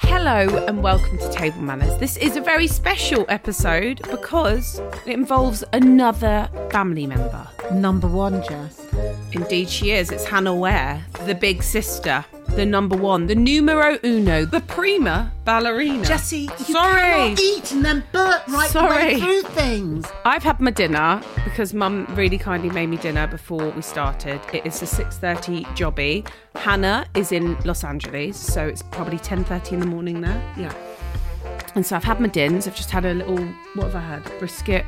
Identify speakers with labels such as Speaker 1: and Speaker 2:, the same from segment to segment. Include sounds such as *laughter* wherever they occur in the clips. Speaker 1: Hello and welcome to Table Manners. This is a very special episode because it involves another family member.
Speaker 2: Number one, Jess.
Speaker 1: Indeed, she is. It's Hannah Ware, the big sister, the number one, the numero uno, the prima ballerina.
Speaker 2: Jesse, you
Speaker 1: sorry.
Speaker 2: cannot eat and then burp right the
Speaker 1: Sorry.
Speaker 2: way through things.
Speaker 1: I've had my dinner because Mum really kindly made me dinner before we started. It is a 6:30 jobby. Hannah is in Los Angeles, so it's probably 10:30 in the morning there. Yeah. And so I've had my dins. I've just had a little. What have I had? Brisket.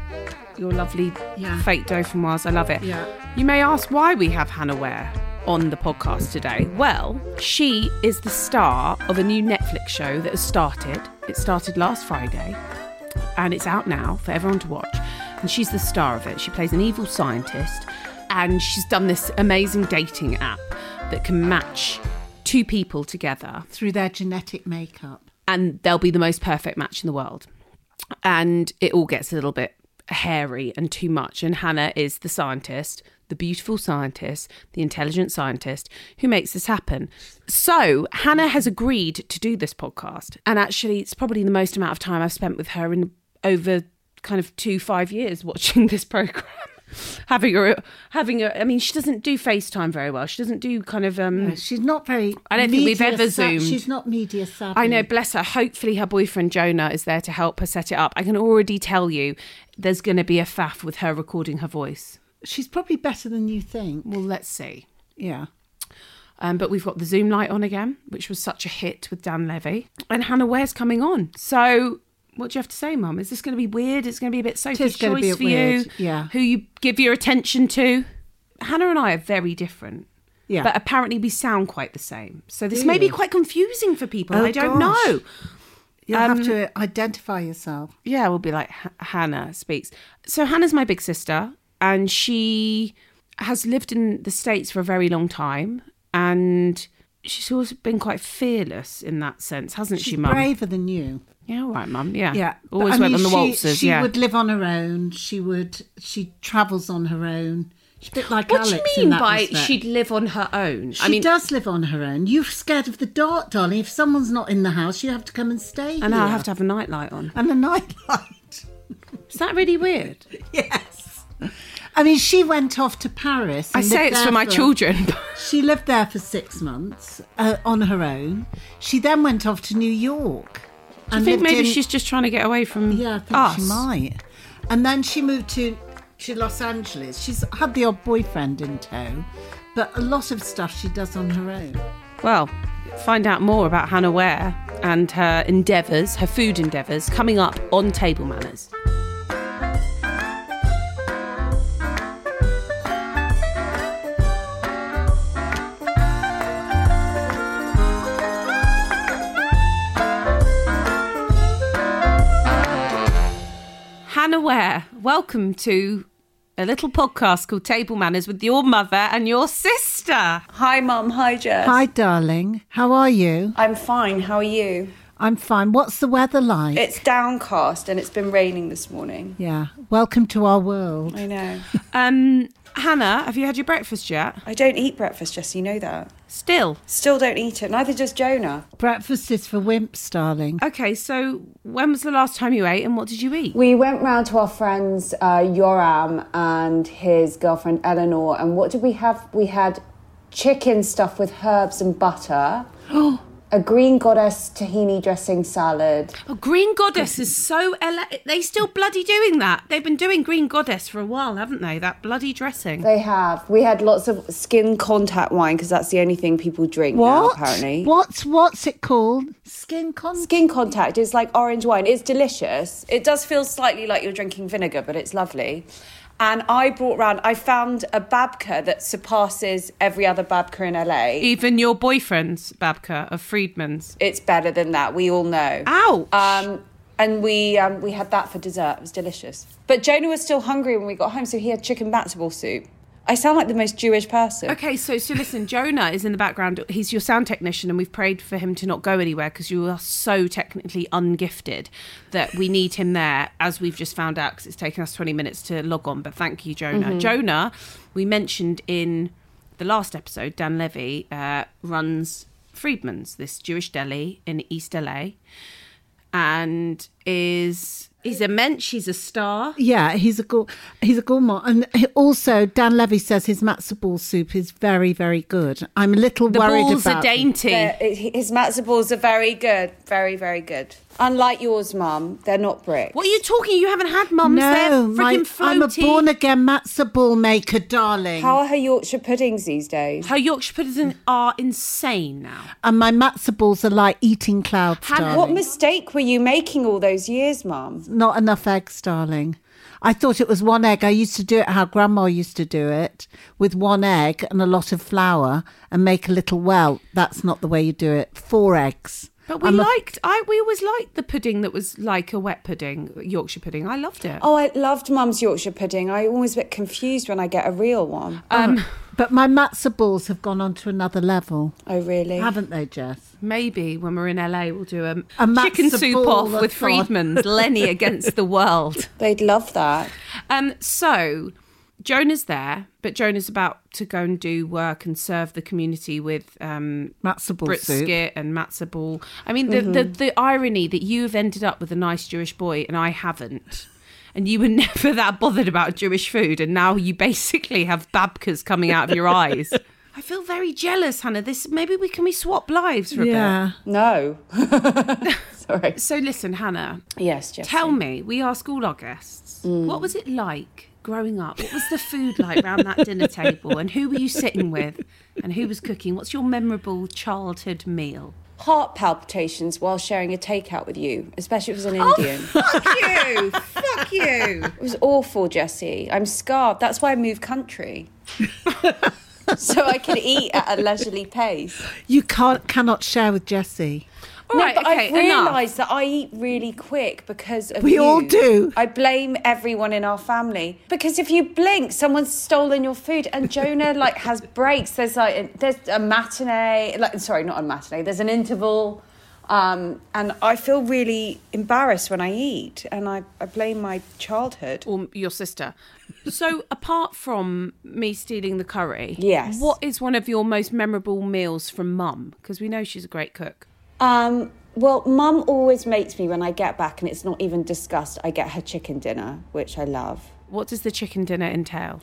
Speaker 1: Your lovely
Speaker 2: Yeah.
Speaker 1: fake dough from Mars. I love it.
Speaker 2: Yeah.
Speaker 1: You may ask why we have Hannah Ware on the podcast today. Well, she is the star of a new Netflix show that has started. It started last Friday and it's out now for everyone to watch. And she's the star of it. She plays an evil scientist, and she's done this amazing dating app that can match two people together,
Speaker 2: Through their genetic makeup.
Speaker 1: and they'll be the most perfect match in the world. And it all gets a little bit hairy and too much. And Hannah is the scientist, the beautiful scientist, the intelligent scientist who makes this happen. So Hannah has agreed to do this podcast. And actually, it's probably the most amount of time I've spent with her in over kind of two, five years watching *laughs* this program. having her, having her, I mean, she doesn't do FaceTime very well. She doesn't do kind of, um,
Speaker 2: Uh, She's not very.
Speaker 1: I don't think we've
Speaker 2: media
Speaker 1: ever
Speaker 2: sa-
Speaker 1: zoomed.
Speaker 2: She's not media savvy.
Speaker 1: I know, bless her. Hopefully, her boyfriend Jonah is there to help her set it up. I can already tell you there's going to be a faff with her recording her voice.
Speaker 2: She's probably better than you think.
Speaker 1: Well, let's see.
Speaker 2: Yeah.
Speaker 1: Um, but we've got the Zoom light on again, which was such a hit with Dan Levy. And Hannah Ware's coming on. So, what do you have to say, Mum? Is this going to be weird? It's going to be a bit Sophie's
Speaker 2: gonna
Speaker 1: choice
Speaker 2: be a
Speaker 1: for
Speaker 2: weird,
Speaker 1: you.
Speaker 2: yeah.
Speaker 1: Who you give your attention to. Hannah and I are very different.
Speaker 2: Yeah.
Speaker 1: But apparently, we sound quite the same. So, this may be
Speaker 2: you?
Speaker 1: quite confusing for people.
Speaker 2: Oh,
Speaker 1: I don't
Speaker 2: gosh.
Speaker 1: know.
Speaker 2: You'll
Speaker 1: Um,
Speaker 2: have to identify yourself.
Speaker 1: yeah, we'll be like "H- Hannah speaks. So Hannah's my big sister, and she has lived in the states for a very long time, and she's always been quite fearless in that sense, hasn't she,
Speaker 2: She's
Speaker 1: Mum?
Speaker 2: braver than you.
Speaker 1: Yeah, all right, Mum. Yeah,
Speaker 2: Yeah. but
Speaker 1: Always
Speaker 2: I
Speaker 1: went
Speaker 2: mean,
Speaker 1: on the
Speaker 2: she,
Speaker 1: waltzes.
Speaker 2: She
Speaker 1: yeah.
Speaker 2: would live on her own. She would. She travels on her own. She's a bit like
Speaker 1: what
Speaker 2: Alex.
Speaker 1: do you
Speaker 2: in
Speaker 1: mean
Speaker 2: that
Speaker 1: by
Speaker 2: respect.
Speaker 1: she'd live on her own?
Speaker 2: She
Speaker 1: I mean,
Speaker 2: does live on her own. You're scared of the dark, darling. If someone's not in the house, you have to come and stay.
Speaker 1: and I
Speaker 2: here.
Speaker 1: have to have a nightlight on.
Speaker 2: and a *laughs* nightlight.
Speaker 1: Is that really weird?
Speaker 2: yes. I mean, she went off to Paris.
Speaker 1: I
Speaker 2: and
Speaker 1: say
Speaker 2: lived
Speaker 1: it's
Speaker 2: there
Speaker 1: for my children. *laughs*
Speaker 2: She lived there for six months uh, on her own. She then went off to New York.
Speaker 1: I
Speaker 2: and
Speaker 1: think
Speaker 2: lived
Speaker 1: maybe
Speaker 2: in-
Speaker 1: she's just trying to get away from
Speaker 2: Yeah, I think
Speaker 1: us.
Speaker 2: she might. And then she moved to to Los Angeles. She's had the odd boyfriend in tow, but a lot of stuff she does on her own.
Speaker 1: Well, find out more about Hannah Ware and her endeavours, her food endeavours, coming up on Table Manners. Hannah Ware, welcome to a little podcast called Table Manners with your mother and your sister.
Speaker 3: Hi, Mum. Hi, Jess.
Speaker 2: Hi, darling. How are you?
Speaker 3: I'm fine. How are you?
Speaker 2: I'm fine. What's the weather like?
Speaker 3: It's downcast and it's been raining this morning.
Speaker 2: yeah. Welcome to our world.
Speaker 3: I know.
Speaker 1: Um, Hannah, have you had your breakfast yet?
Speaker 3: I don't eat breakfast, Jess, you know that.
Speaker 1: Still.
Speaker 3: Still don't eat it. Neither does Jonah.
Speaker 2: Breakfast is for wimps, darling.
Speaker 1: Okay, so when was the last time you ate and what did you eat?
Speaker 4: We went round to our friends uh, Yoram and his girlfriend Eleanor, and what did we have? We had chicken stuff with herbs
Speaker 3: *gasps*
Speaker 4: and butter, a green goddess tahini dressing salad.
Speaker 1: Oh, Green Goddess is so. Ele- they still bloody doing that. They've been doing Green Goddess for a while, haven't they? That bloody dressing.
Speaker 4: They have. We had lots of skin contact wine because that's the only thing people drink now,
Speaker 2: What?
Speaker 4: apparently.
Speaker 2: What's what's it called? Skin contact.
Speaker 4: Skin contact is like orange wine. It's delicious. It does feel slightly like you're drinking vinegar, but it's lovely. And I brought round, I found a babka that surpasses every other babka in LA.
Speaker 1: Even your boyfriend's Babka of Friedman's.
Speaker 4: It's better than that. We all know.
Speaker 1: Ouch.
Speaker 4: Um, and we um, we had that for dessert. It was delicious. But Jonah was still hungry when we got home, so he had chicken matzo ball soup. I sound like the most Jewish person.
Speaker 1: Okay, so so listen, Jonah is in the background. He's your sound technician, and we've prayed for him to not go anywhere because you are so technically ungifted that we need him there, as we've just found out because it's taken us twenty minutes to log on. But thank you, Jonah.
Speaker 2: Mm-hmm.
Speaker 1: Jonah, we mentioned in the last episode, Dan Levy uh, runs Friedman's, this Jewish deli in East LA, and is he's immense. He's a star.
Speaker 2: Yeah, he's a gour- he's a gourmand, and he- also Dan Levy says his matzo ball soup is very very good. I'm a little
Speaker 1: The
Speaker 2: worried
Speaker 1: balls
Speaker 2: about
Speaker 1: are dainty.
Speaker 4: Uh, it- his matzo balls are very good, very very good. Unlike yours, Mum, they're not brick.
Speaker 1: What are you talking? You haven't had mums. They're
Speaker 2: No, my-
Speaker 1: freaking floaty.
Speaker 2: I'm a born again matzo ball maker, darling,
Speaker 4: How are her Yorkshire puddings these days?
Speaker 1: Her Yorkshire puddings are insane now.
Speaker 2: and my matzo balls are like eating clouds,
Speaker 1: Hannah,
Speaker 2: darling.
Speaker 4: What mistake were you making all those years, Mum?
Speaker 2: Not enough eggs, darling. I thought it was one egg. I used to do it how Grandma used to do it with one egg and a lot of flour and make a little well. That's not the way you do it. Four eggs.
Speaker 1: But we
Speaker 2: I'm a-
Speaker 1: liked. I we always liked the pudding that was like a wet pudding, Yorkshire pudding. I loved it.
Speaker 4: Oh, I loved Mum's Yorkshire pudding. I always get confused when I get a real one.
Speaker 2: But my matzo balls have gone on to another level,
Speaker 4: oh, really?
Speaker 2: haven't they, Jess?
Speaker 1: Maybe when we're in LA, we'll do a,
Speaker 2: A matzo
Speaker 1: chicken soup
Speaker 2: ball
Speaker 1: off
Speaker 2: that's
Speaker 1: with Friedman's
Speaker 2: *laughs*
Speaker 1: Lenny against the world.
Speaker 4: They'd love that.
Speaker 1: Um, so Jonah's there, but Jonah's about to go and do work and serve the community with um,
Speaker 2: Matzo ball soup. Mm-hmm.
Speaker 1: brisket and matzo ball. I mean, the, the the irony that you've ended up with a nice Jewish boy and I haven't. And you were *laughs* never that bothered about Jewish food, and now you basically have babkas coming out of your
Speaker 2: *laughs*
Speaker 1: eyes. I feel very jealous, Hannah. This maybe we can we swap lives for a bit.
Speaker 2: Yeah.
Speaker 1: *laughs*
Speaker 4: No. *laughs* Sorry.
Speaker 1: So listen, Hannah,
Speaker 4: Yes, Jess.
Speaker 1: Tell me, we ask all our guests, what was it like growing up? What was the food like round that dinner table? And who were you sitting with? And who was cooking? What's your memorable childhood meal?
Speaker 4: heart palpitations while sharing a takeout with you, especially if it was an Indian.
Speaker 1: Oh, *laughs* Fuck you! Fuck you!
Speaker 4: It was awful, Jesse. I'm scarred. That's why I
Speaker 1: *laughs*
Speaker 4: moved country. *laughs* so I can eat at a leisurely pace.
Speaker 2: You can't cannot share with Jessie.
Speaker 1: All right,
Speaker 4: but
Speaker 1: okay,
Speaker 4: I've
Speaker 1: enough.
Speaker 4: realised that I eat really quick because of
Speaker 2: We
Speaker 4: you.
Speaker 2: all do.
Speaker 4: I blame everyone in our family because if you blink, someone's stolen your food. And Jonah like has breaks. There's like a, there's a matinee. Like sorry, not a matinee. There's an interval. Um, and I feel really embarrassed when I eat, and I, I blame my childhood.
Speaker 1: Or your sister. So, apart from me stealing the curry,
Speaker 4: Yes.
Speaker 1: what is one of your most memorable meals from mum? Because we know she's a great cook.
Speaker 4: Um, well, Mum always makes me when I get back, and it's not even discussed. I get her chicken dinner, which I love.
Speaker 1: What does the chicken dinner entail?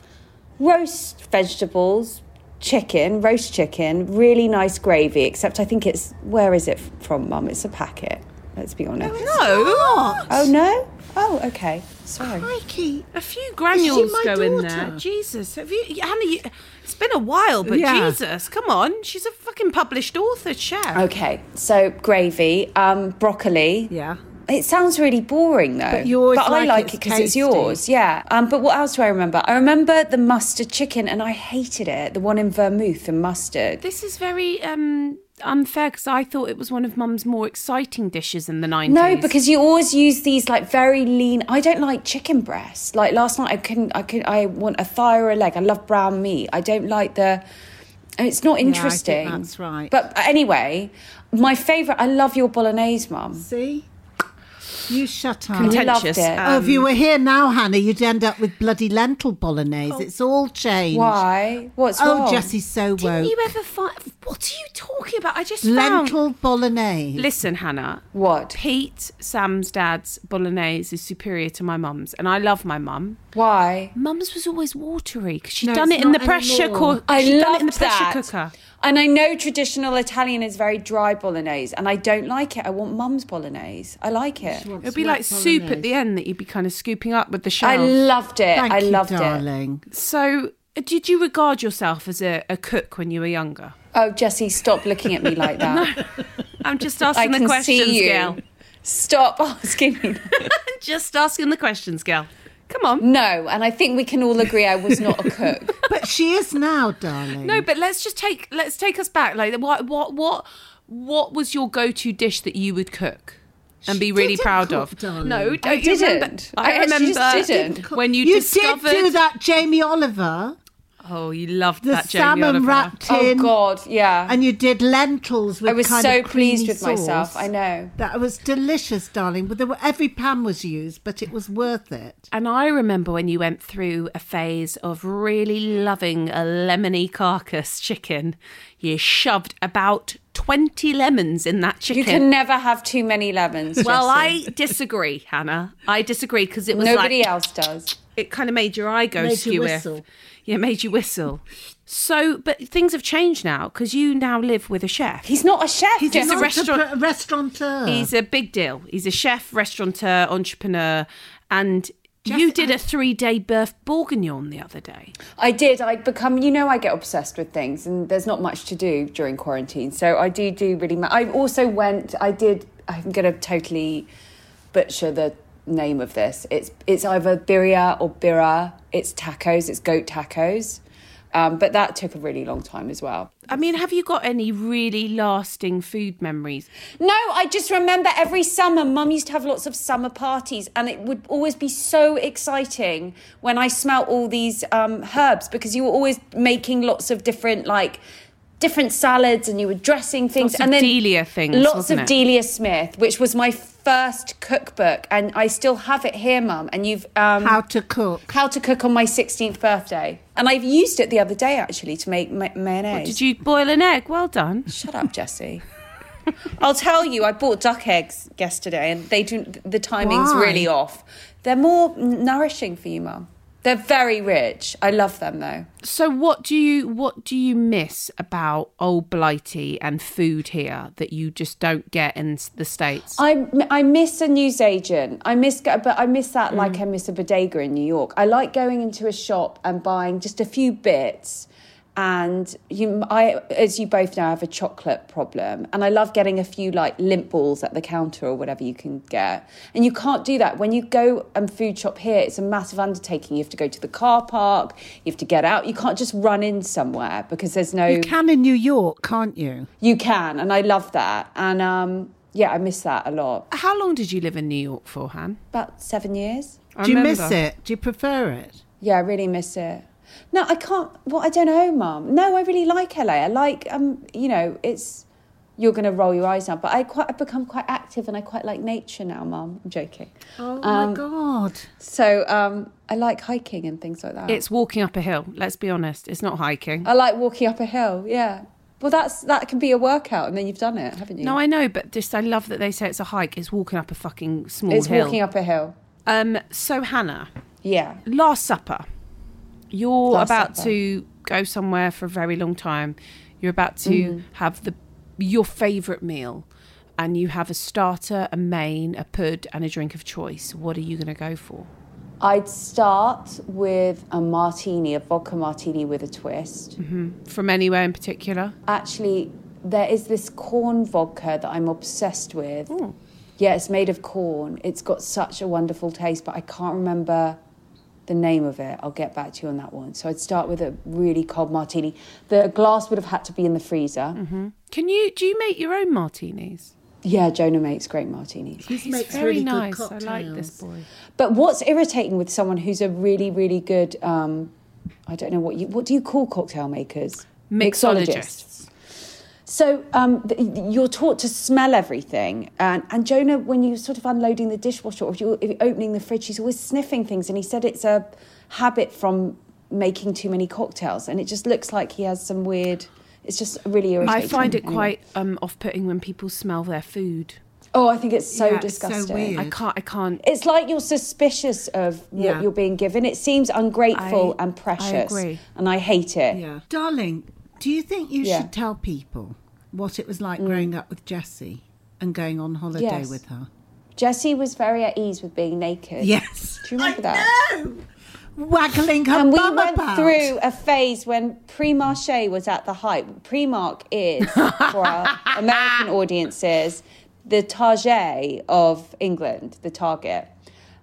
Speaker 4: roast vegetables, chicken, roast chicken, really nice gravy. Except I think it's where is it from, Mum? It's a packet. Let's be honest.
Speaker 1: Oh,
Speaker 4: Oh no. Oh okay. Sorry.
Speaker 2: Mikey.
Speaker 1: A few granules
Speaker 2: my
Speaker 1: go in there.
Speaker 2: daughter?
Speaker 1: Jesus, have you, Hannah? You, it's been a while, but
Speaker 2: Yeah.
Speaker 1: Jesus, come on! She's a fucking published author, chef.
Speaker 4: Okay. So gravy, um, broccoli.
Speaker 2: Yeah.
Speaker 4: It sounds really boring though.
Speaker 2: But you always
Speaker 4: But I
Speaker 2: like
Speaker 4: like
Speaker 2: it's
Speaker 4: it because it's
Speaker 2: tasty.
Speaker 4: yours. Yeah. Um, but what else do I remember? I remember the mustard chicken, and I hated it. The one in vermouth and mustard.
Speaker 1: This is very um, unfair because I thought it was one of Mum's more exciting dishes in the nineties.
Speaker 4: No, because you always use these like very lean. I don't like chicken breast. Like last night, I couldn't. I could. I want a thigh or a leg. I love brown meat. I don't like the It's not
Speaker 2: think
Speaker 4: interesting.
Speaker 2: that's right.
Speaker 4: But anyway, my favourite, I love your bolognese, mum.
Speaker 2: See? You shut up.
Speaker 4: Content- um,
Speaker 1: Contentious. um,
Speaker 4: Loved it.
Speaker 2: oh, if you were here now, Hannah, you'd end up with bloody lentil bolognese. It's all changed.
Speaker 4: Oh. Why? What's
Speaker 2: Oh,
Speaker 4: wrong?
Speaker 2: Jessie's so
Speaker 1: Didn't
Speaker 2: woke.
Speaker 1: you ever find? What are you talking about? I just found.
Speaker 2: Lentil bolognese.
Speaker 1: Listen, Hannah.
Speaker 4: What?
Speaker 1: Pete, Sam's dad's bolognese is superior to my mum's, and I love my mum.
Speaker 4: Why?
Speaker 1: Mum's was always watery because she'd
Speaker 2: No,
Speaker 1: done
Speaker 2: it's
Speaker 1: it in the
Speaker 2: not
Speaker 1: pressure
Speaker 2: anymore.
Speaker 1: cooker.
Speaker 4: I
Speaker 1: she'd
Speaker 4: love
Speaker 1: done it in the pressure
Speaker 4: that.
Speaker 1: cooker.
Speaker 4: And I know traditional Italian is very dry bolognese, and I don't like it. I want mum's bolognese. I like it.
Speaker 2: She wants
Speaker 1: It'd be
Speaker 2: white
Speaker 1: like soup
Speaker 2: bolognese.
Speaker 1: at the end that you'd be kind of scooping up with the shell.
Speaker 4: I loved it.
Speaker 2: Thank
Speaker 4: I
Speaker 2: you,
Speaker 4: loved it.
Speaker 2: darling.
Speaker 1: so, uh, did you regard yourself as a, a cook when you were younger?
Speaker 4: Oh, Jesse, stop looking at me like that.
Speaker 1: I'm just
Speaker 4: I
Speaker 1: asking
Speaker 4: can
Speaker 1: the questions,
Speaker 4: see you.
Speaker 1: girl.
Speaker 4: Stop asking me. that.
Speaker 1: Just asking the questions, girl. Come
Speaker 4: Mm.
Speaker 1: on.
Speaker 4: No, and I think we can all agree I was not a cook.
Speaker 2: *laughs* But she is now, darling.
Speaker 1: No, but let's just take let's take us back. Like, what what what what was your go-to dish that you would cook? And
Speaker 2: She
Speaker 1: be really
Speaker 2: didn't
Speaker 1: proud
Speaker 2: cook,
Speaker 1: of.
Speaker 2: darling.
Speaker 1: No,
Speaker 2: I
Speaker 1: don't you remember-
Speaker 4: didn't. I
Speaker 1: I,
Speaker 4: actually
Speaker 1: remember
Speaker 4: just didn't cook.
Speaker 1: when you,
Speaker 2: you
Speaker 1: discovered.
Speaker 2: did do that, Jamie Oliver.
Speaker 1: Oh, you loved
Speaker 2: The
Speaker 1: that Jamie
Speaker 2: salmon
Speaker 1: Oliver.
Speaker 2: wrapped
Speaker 4: Oh
Speaker 2: in.
Speaker 4: God, yeah.
Speaker 2: And you did lentils with
Speaker 4: I was
Speaker 2: kind
Speaker 4: so
Speaker 2: of creamy
Speaker 4: pleased with
Speaker 2: sauce.
Speaker 4: myself, I know.
Speaker 2: That was delicious, darling. But there were, every pan was used, but it was worth it.
Speaker 1: And I remember when you went through a phase of really loving a lemony carcass chicken. You shoved about 20 lemons in that chicken.
Speaker 4: You can never have too many lemons.
Speaker 1: well,
Speaker 4: Jessie.
Speaker 1: I
Speaker 4: *laughs*
Speaker 1: disagree, Hannah. I disagree because it was
Speaker 4: nobody
Speaker 1: like,
Speaker 4: else does.
Speaker 1: it kind of made your eye go
Speaker 2: Made you
Speaker 1: skew. if-
Speaker 2: whistle.
Speaker 1: Yeah, made you whistle. So, but things have changed now because you now live with a chef.
Speaker 4: He's not a chef.
Speaker 1: He's
Speaker 4: Jesse.
Speaker 1: not a rest-
Speaker 2: Entrepre- restaurateur.
Speaker 1: He's a big deal. He's a chef, restaurateur, entrepreneur, and you did a three-day birth bourguignon the other day.
Speaker 4: I did. I become, you know, I get obsessed with things, and there's not much to do during quarantine. So I do do really. Ma- I also went. I did. I'm going to totally butcher the name of this. It's it's either birria or birra. It's tacos. It's goat tacos. Um, but that took a really long time as well.
Speaker 1: I mean, have you got any really lasting food memories?
Speaker 4: No, I just remember every summer, mum used to have lots of summer parties, and it would always be so exciting when I smelt all these um, herbs because you were always making lots of different, like, different salads and you were dressing things.
Speaker 1: Lots of
Speaker 4: and then
Speaker 1: Delia things,
Speaker 4: Lots
Speaker 1: wasn't
Speaker 4: of
Speaker 1: it?
Speaker 4: Delia Smith, which was my first cookbook, and I still have it here, mum. And you've. Um,
Speaker 2: How to cook.
Speaker 4: how to cook on my 16th birthday. And I've used it the other day actually to make ma- mayonnaise.
Speaker 1: Did you boil an egg? Well done.
Speaker 4: Shut up, Jesse. I'll tell you, I bought duck eggs yesterday, and they do the timing's
Speaker 2: Why?
Speaker 4: really off. They're more n- nourishing for you, mum. They're very rich. I love them though.
Speaker 1: So, what do you what do you miss about old Blighty and food here that you just don't get in s- the states?
Speaker 4: I, I miss a newsagent. I miss, go- but I miss that like I miss a bodega in New York. I like going into a shop and buying just a few bits. And you, I, as you both know, I have a chocolate problem, and I love getting a few like lint balls at the counter or whatever you can get. And you can't do that when you go and food shop here. It's a massive undertaking. You have to go to the car park. You have to get out. You can't just run in somewhere because there's no.
Speaker 2: You can in New York, can't you?
Speaker 4: you can, and I love that. And um, yeah, I miss that a lot.
Speaker 1: How long did you live in New York for, Han?
Speaker 4: about seven years.
Speaker 1: I
Speaker 2: Do you
Speaker 1: remember.
Speaker 2: miss it? Do you prefer it?
Speaker 4: Yeah, I really miss it. No, I can't. Well, I don't know, Mum. No, I really like LA. I like, um, you know, it's. You're going to roll your eyes now, but I quite, I've become quite active and I quite like nature now, Mum. I'm joking. Um,
Speaker 2: Oh
Speaker 1: Um,
Speaker 2: my God.
Speaker 4: So um, I like hiking and things like that.
Speaker 1: It's walking up a hill. Let's be honest. It's not hiking.
Speaker 4: I like walking up a hill. Yeah. Well, that's that can be a workout, and then you've done it, haven't you?
Speaker 1: No, I know, but just I love that they say it's a hike. It's walking up a fucking small
Speaker 4: it's
Speaker 1: hill.
Speaker 4: walking up a hill.
Speaker 1: Um. So, Hannah,
Speaker 4: Yeah.
Speaker 1: Last Supper. You're
Speaker 4: Last
Speaker 1: about
Speaker 4: Supper.
Speaker 1: to go somewhere for a very long time. You're about to
Speaker 2: Mm.
Speaker 1: have the your favorite meal, and you have a starter, a main, a pud, and a drink of choice. What are you going to go for?
Speaker 4: I'd start with a martini, a vodka martini with a twist.
Speaker 1: From anywhere in particular?
Speaker 4: actually there is this corn vodka that I'm obsessed with. Yeah, it's made of corn. It's got such a wonderful taste, but I can't remember the name of it. I'll get back to you on that one. So I'd start with a really cold martini. The glass would have had to be in the freezer.
Speaker 1: Can you do you make your own martinis?
Speaker 4: Yeah, Jonah makes great martinis.
Speaker 2: He
Speaker 1: He's
Speaker 2: makes
Speaker 1: very
Speaker 2: really
Speaker 1: nice.
Speaker 2: good cocktails.
Speaker 1: I like this boy.
Speaker 4: But what's irritating with someone who's a really, really good, um, I don't know what you, what do you call cocktail makers?
Speaker 1: Mixologist.
Speaker 4: So um, th- you're taught to smell everything, and, and Jonah, when you're sort of unloading the dishwasher or if you're, if you're opening the fridge, he's always sniffing things, and he said it's a habit from making too many cocktails, and it just looks like he has some weird. It's just really irritating.
Speaker 1: I find it
Speaker 4: Anyway.
Speaker 1: quite um, off-putting when people smell their food.
Speaker 4: Oh, I think it's so
Speaker 2: Yeah, it's so
Speaker 4: disgusting.
Speaker 2: weird.
Speaker 1: I can't. I can't.
Speaker 4: It's like you're suspicious of
Speaker 2: Yeah.
Speaker 4: what you're being given. It seems ungrateful
Speaker 1: I-
Speaker 4: and precious,
Speaker 1: I agree.
Speaker 4: and I hate it.
Speaker 2: Yeah. Darling, do you think you
Speaker 4: Yeah. Mm.
Speaker 2: should tell people what it was like growing up with Jessie and going on holiday
Speaker 4: Yes.
Speaker 2: with her?
Speaker 4: Jessie was very at ease with being naked.
Speaker 2: Yes.
Speaker 4: Do you remember
Speaker 2: I
Speaker 4: that?
Speaker 2: know! Waggling her
Speaker 4: And we
Speaker 2: bum
Speaker 4: went
Speaker 2: about.
Speaker 4: through a phase when pre-marché was at the height. Primark is,
Speaker 2: *laughs*
Speaker 4: for our American audiences, the Target of England, the Target.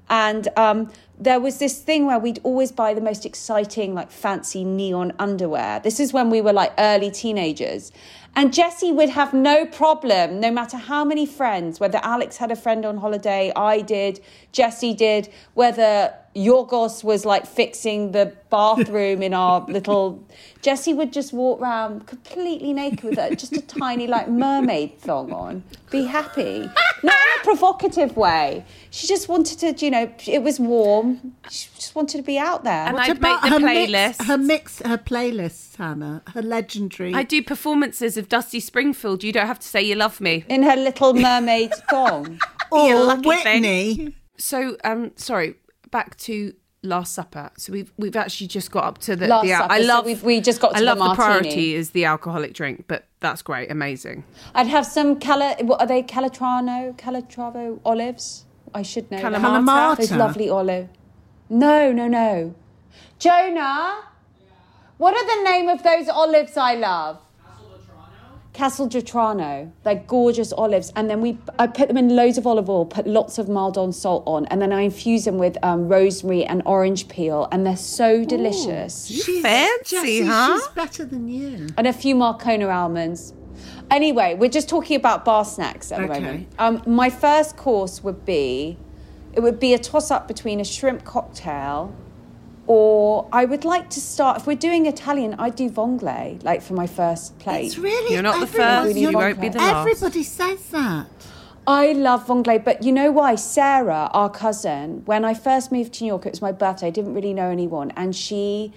Speaker 4: And um, there was this thing where we'd always buy the most exciting, like fancy neon underwear. This is when we were like early teenagers. And Jessie would have no problem, no matter how many friends, whether Alex had a friend on holiday, I did, Jessie did, whether Yorgos was like fixing the bathroom in our little. Jessie would just walk round completely naked with a, just a tiny like mermaid thong on, be happy. Not in a provocative way. She just wanted to, you know, it was warm. She just wanted to be out there.
Speaker 1: And
Speaker 2: What
Speaker 1: I'd make
Speaker 2: about
Speaker 1: the
Speaker 2: her
Speaker 1: playlist.
Speaker 2: Mix, her mix, her playlists, Hannah. Her legendary.
Speaker 1: I do performances of Dusty Springfield. You don't have to say you love me.
Speaker 4: in her little mermaid thong.
Speaker 1: You
Speaker 2: or
Speaker 1: lucky thing.
Speaker 2: Whitney.
Speaker 1: So, um, sorry, back to Last Supper. So we've we've actually just got up to the.
Speaker 4: Last
Speaker 1: the al-
Speaker 4: Supper,
Speaker 1: I
Speaker 4: so
Speaker 1: love.
Speaker 4: we've- we just got
Speaker 1: I
Speaker 4: to the
Speaker 1: love
Speaker 4: martini.
Speaker 1: priority is the alcoholic drink, but that's great, amazing.
Speaker 4: I'd have some cala. What are they? Calatrano, Calatravo olives. I should know. that.
Speaker 1: Calamata.
Speaker 4: Those lovely olive. No, no, no. Jonah, what are the name of those olives I love? Castle Gitrano. They're gorgeous olives, and then we I put them in loads of olive oil, put lots of Maldon salt on, and then I infuse them with um, rosemary and orange peel, and they're so delicious.
Speaker 2: She's,
Speaker 1: fancy,
Speaker 2: Jessie,
Speaker 1: huh?
Speaker 2: She's better than you.
Speaker 4: and a few Marcona almonds. Anyway, we're just talking about bar snacks at the
Speaker 2: Okay.
Speaker 4: moment. Um, my first course would be it would be a toss up between a shrimp cocktail or I would like to start if we're doing Italian, I'd do vongole like for my first plate.
Speaker 2: It's really
Speaker 1: You're not the
Speaker 2: everyone-
Speaker 1: first,
Speaker 4: you
Speaker 2: you're-
Speaker 4: won't be the
Speaker 1: last.
Speaker 2: Everybody says that.
Speaker 4: I love Vonglais, but you know why? Sarah, our cousin, when I first moved to New York, it was my birthday, I didn't really know anyone. And she,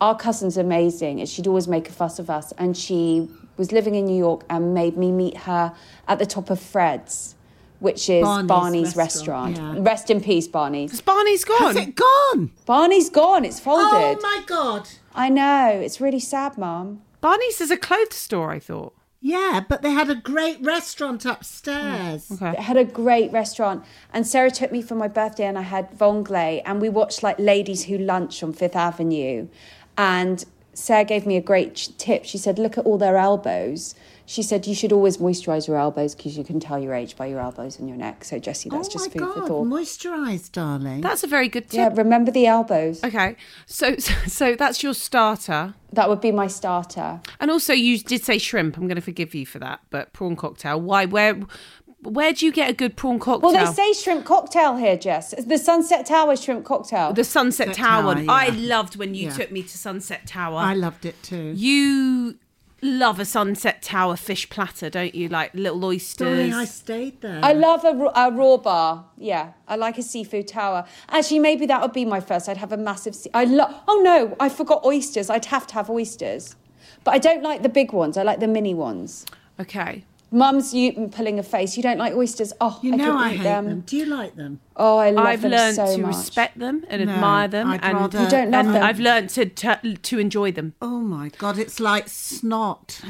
Speaker 4: our cousin's amazing, and she'd always make a fuss of us. And she was living in New York and made me meet her at the top of Fred's, which is
Speaker 2: Barney's
Speaker 4: Barney's,
Speaker 2: restaurant,
Speaker 4: restaurant.
Speaker 2: yeah.
Speaker 4: Rest in peace, Barney's.
Speaker 1: Is Barney's
Speaker 2: Has
Speaker 1: gone?
Speaker 2: it gone?
Speaker 4: Barney's gone, it's folded.
Speaker 2: Oh my god.
Speaker 4: I know, it's really sad, Mum.
Speaker 1: Barney's is a clothes store. I thought.
Speaker 2: Yeah, but they had a great restaurant upstairs.
Speaker 4: It had a great restaurant, and Sarah took me for my birthday, and I had Vonglais, and we watched like Ladies Who Lunch on Fifth Avenue, and Sarah gave me a great ch- tip. She said, "Look at all their elbows." She said, "You should always moisturize your elbows because you can tell your age by your elbows and your neck." So Jessie, that's
Speaker 2: oh
Speaker 4: just
Speaker 2: my
Speaker 4: food for
Speaker 2: god,
Speaker 4: thought.
Speaker 2: moisturise, darling.
Speaker 1: That's a very good
Speaker 4: Yeah,
Speaker 1: tip.
Speaker 4: remember the elbows.
Speaker 1: Okay, so, *laughs* so so that's your starter,
Speaker 4: That would be my starter.
Speaker 1: and also you did say shrimp. I'm going to forgive you for that, but prawn cocktail. Why? Where? Where do you get a good prawn cocktail?
Speaker 4: Well, they say shrimp cocktail here, Jess. The Sunset Tower shrimp cocktail.
Speaker 1: the Sunset
Speaker 2: Sunset
Speaker 1: Tower.
Speaker 2: Tower,
Speaker 1: one. I
Speaker 2: yeah.
Speaker 1: loved when you
Speaker 2: Yeah.
Speaker 1: took me to Sunset Tower.
Speaker 2: I loved it too.
Speaker 1: you love a Sunset Tower fish platter, don't you? Like little
Speaker 2: Darling,
Speaker 1: oysters.
Speaker 2: I stayed there.
Speaker 4: I love a, ra- a raw bar. Yeah, I like a seafood tower. Actually, maybe that would be my first. I'd have a massive. Se- I love. Oh no, I forgot oysters. I'd have to have oysters, but I don't like the big ones. I like the mini ones.
Speaker 1: okay.
Speaker 4: Mum's you mm, pulling a face. You don't like oysters. Oh,
Speaker 2: you
Speaker 4: I
Speaker 2: know
Speaker 4: could
Speaker 2: I
Speaker 4: eat
Speaker 2: hate
Speaker 4: them.
Speaker 2: them. Do you like them?
Speaker 4: Oh, I love
Speaker 1: I've
Speaker 4: them
Speaker 1: learned
Speaker 4: so
Speaker 1: to
Speaker 4: much.
Speaker 1: respect them and
Speaker 2: No,
Speaker 1: admire them,
Speaker 2: I'd
Speaker 1: and
Speaker 2: rather- You
Speaker 4: don't love
Speaker 1: and
Speaker 4: them.
Speaker 1: I've learned to, to to enjoy them.
Speaker 2: Oh my god, it's like snot.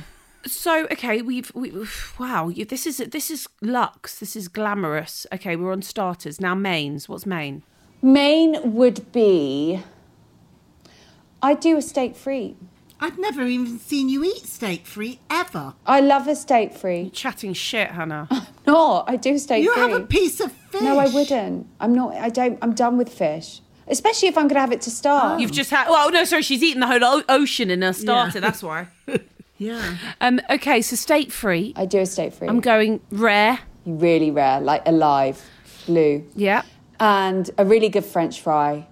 Speaker 1: So okay, we've we, wow. You, this is this is luxe. This is glamorous. Okay, we're on starters now. Mains. What's main?
Speaker 4: Maine would be. I'd do a steak free.
Speaker 2: I'd never even seen you eat steak free ever.
Speaker 4: I love a steak free.
Speaker 1: Chatting shit,
Speaker 4: *laughs*
Speaker 1: Hannah.
Speaker 4: No, I do steak
Speaker 2: You
Speaker 4: free.
Speaker 2: have a piece of fish.
Speaker 4: No, I wouldn't. I'm not. I don't. I'm done with fish, especially if I'm going to have it to start.
Speaker 1: You've just had. Oh no, sorry. She's eaten the whole o- ocean in her starter. That's
Speaker 4: *laughs*
Speaker 1: why.
Speaker 2: Yeah.
Speaker 1: Um. Okay. So state free.
Speaker 4: I do a steak free.
Speaker 1: I'm going rare.
Speaker 4: really rare, like alive, blue,
Speaker 1: Yeah.
Speaker 4: and a really good French fry.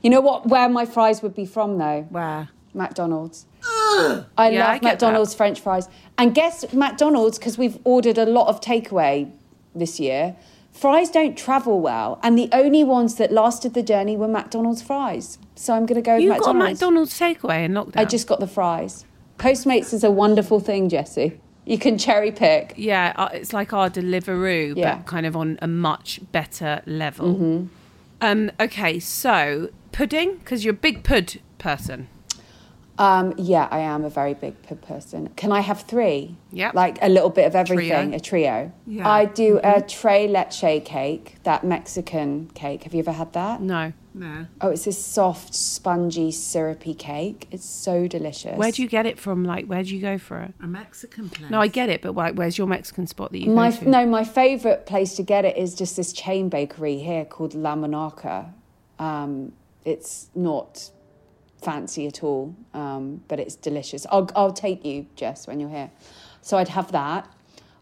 Speaker 4: You know what? Where my fries would be from though?
Speaker 2: Where?
Speaker 4: McDonald's. I
Speaker 1: Yeah, I
Speaker 4: love
Speaker 1: get
Speaker 4: McDonald's French fries. And guess McDonald's because we've ordered a lot of takeaway this year. Fries don't travel well, and the only ones that lasted the journey were McDonald's fries. So I'm going to go
Speaker 1: You
Speaker 4: with
Speaker 1: got a McDonald's
Speaker 4: McDonald's.
Speaker 1: takeaway in lockdown.
Speaker 4: I just got the fries. Postmates is a wonderful thing, Jesse. You can cherry pick.
Speaker 1: yeah, uh, it's like our Deliveroo,
Speaker 4: Yeah. Mm-hmm.
Speaker 1: but kind of on a much better level. Um, okay, so pudding because you're a big pud person.
Speaker 4: Um, yeah, I am a very big p- person. Can I have three?
Speaker 1: Yep.
Speaker 4: Like a little bit of everything,
Speaker 1: Trio. Mm-hmm.
Speaker 4: a trio. I do a tre leche cake, that Mexican cake. Have you ever had that?
Speaker 1: No,
Speaker 4: Oh, it's this soft, spongy, syrupy cake. It's so delicious.
Speaker 1: where do you get it from? Like, where do you go for it?
Speaker 2: A Mexican place.
Speaker 1: No, I get it, but why, where's your Mexican spot that you
Speaker 4: My
Speaker 1: go to?
Speaker 4: no, my favorite place to get it is just this chain bakery here called La Monarca. Um, it's not fancy at all, um, but it's delicious. I'll I'll take you, Jess, when you're here. So I'd have that.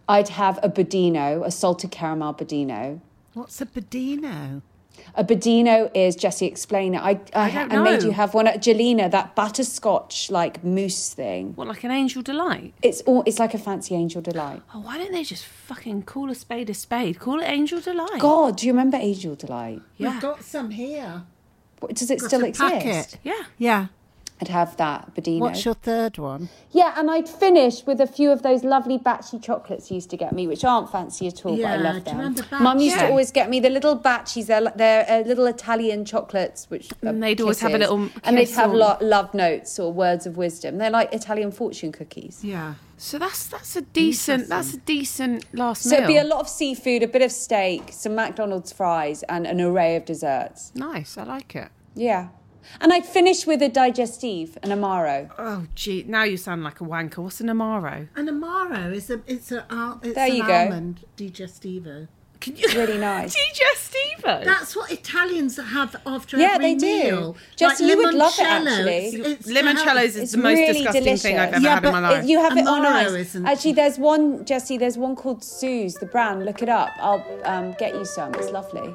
Speaker 4: I'd have a budino, a salted caramel budino.
Speaker 2: What's a Badino?
Speaker 4: A budino is Jesse. Explain it. I I,
Speaker 1: don't
Speaker 4: I made
Speaker 1: know.
Speaker 4: you have one at Jelena, that butterscotch like mousse thing.
Speaker 1: What, like an angel delight?
Speaker 4: It's all. It's like a fancy angel delight.
Speaker 1: Oh, why don't they just fucking call a spade a spade? Call it angel delight.
Speaker 4: God, do you remember angel delight?
Speaker 1: yeah,
Speaker 2: We've got some here.
Speaker 4: What- Does it
Speaker 2: Got
Speaker 4: still
Speaker 2: a
Speaker 4: exist?
Speaker 2: packet.
Speaker 1: yeah.
Speaker 2: Yeah.
Speaker 4: I'd have that Badino.
Speaker 2: What's your third one?
Speaker 4: yeah, and I'd finish with a few of those lovely batchy chocolates you used to get me, which aren't fancy at all,
Speaker 2: Yeah,
Speaker 4: but I love
Speaker 2: do you
Speaker 4: them.
Speaker 2: remember
Speaker 4: Mum used
Speaker 1: Batchy?
Speaker 4: to always get me the little batchies. They're, like- they're uh, little Italian chocolates, which are
Speaker 1: And they'd always have a
Speaker 4: kisses.
Speaker 1: little
Speaker 4: and they'd
Speaker 1: kiss
Speaker 4: have
Speaker 1: on.
Speaker 4: lo- love notes or words of wisdom. They're like Italian fortune cookies.
Speaker 2: Yeah.
Speaker 1: So that's that's a decent that's a decent last
Speaker 4: So
Speaker 1: meal.
Speaker 4: it'd be a lot of seafood, a bit of steak, some McDonald's fries, and an array of desserts.
Speaker 1: Nice, I like it.
Speaker 4: Yeah. And I'd finish with a digestive, an Amaro.
Speaker 1: Oh gee, now you sound like a wanker. What's an amaro?
Speaker 2: An amaro is a it's a al- it's
Speaker 4: There
Speaker 2: an
Speaker 4: you go.
Speaker 2: almond digestivo.
Speaker 1: Can you
Speaker 4: Really
Speaker 1: *laughs*
Speaker 4: nice.
Speaker 1: digestivo?
Speaker 2: That's what Italians have after
Speaker 4: Oh. Yeah,
Speaker 2: every
Speaker 4: they do.
Speaker 2: meal.
Speaker 4: Just- you would love it,
Speaker 2: limoncello.
Speaker 4: actually.
Speaker 2: It's- it's to
Speaker 1: Limoncellos
Speaker 2: help-
Speaker 1: is
Speaker 4: It's
Speaker 1: the most
Speaker 4: really
Speaker 1: disgusting thing I've
Speaker 4: delicious.
Speaker 1: ever
Speaker 2: Yeah,
Speaker 1: had in
Speaker 2: but
Speaker 1: my life.
Speaker 4: It- you have it on
Speaker 2: Amaro
Speaker 4: ice.
Speaker 2: isn't-
Speaker 4: Actually, there's one, Jesse. There's one called Sue's, the brand. Look it up. I'll um, get you some. It's lovely.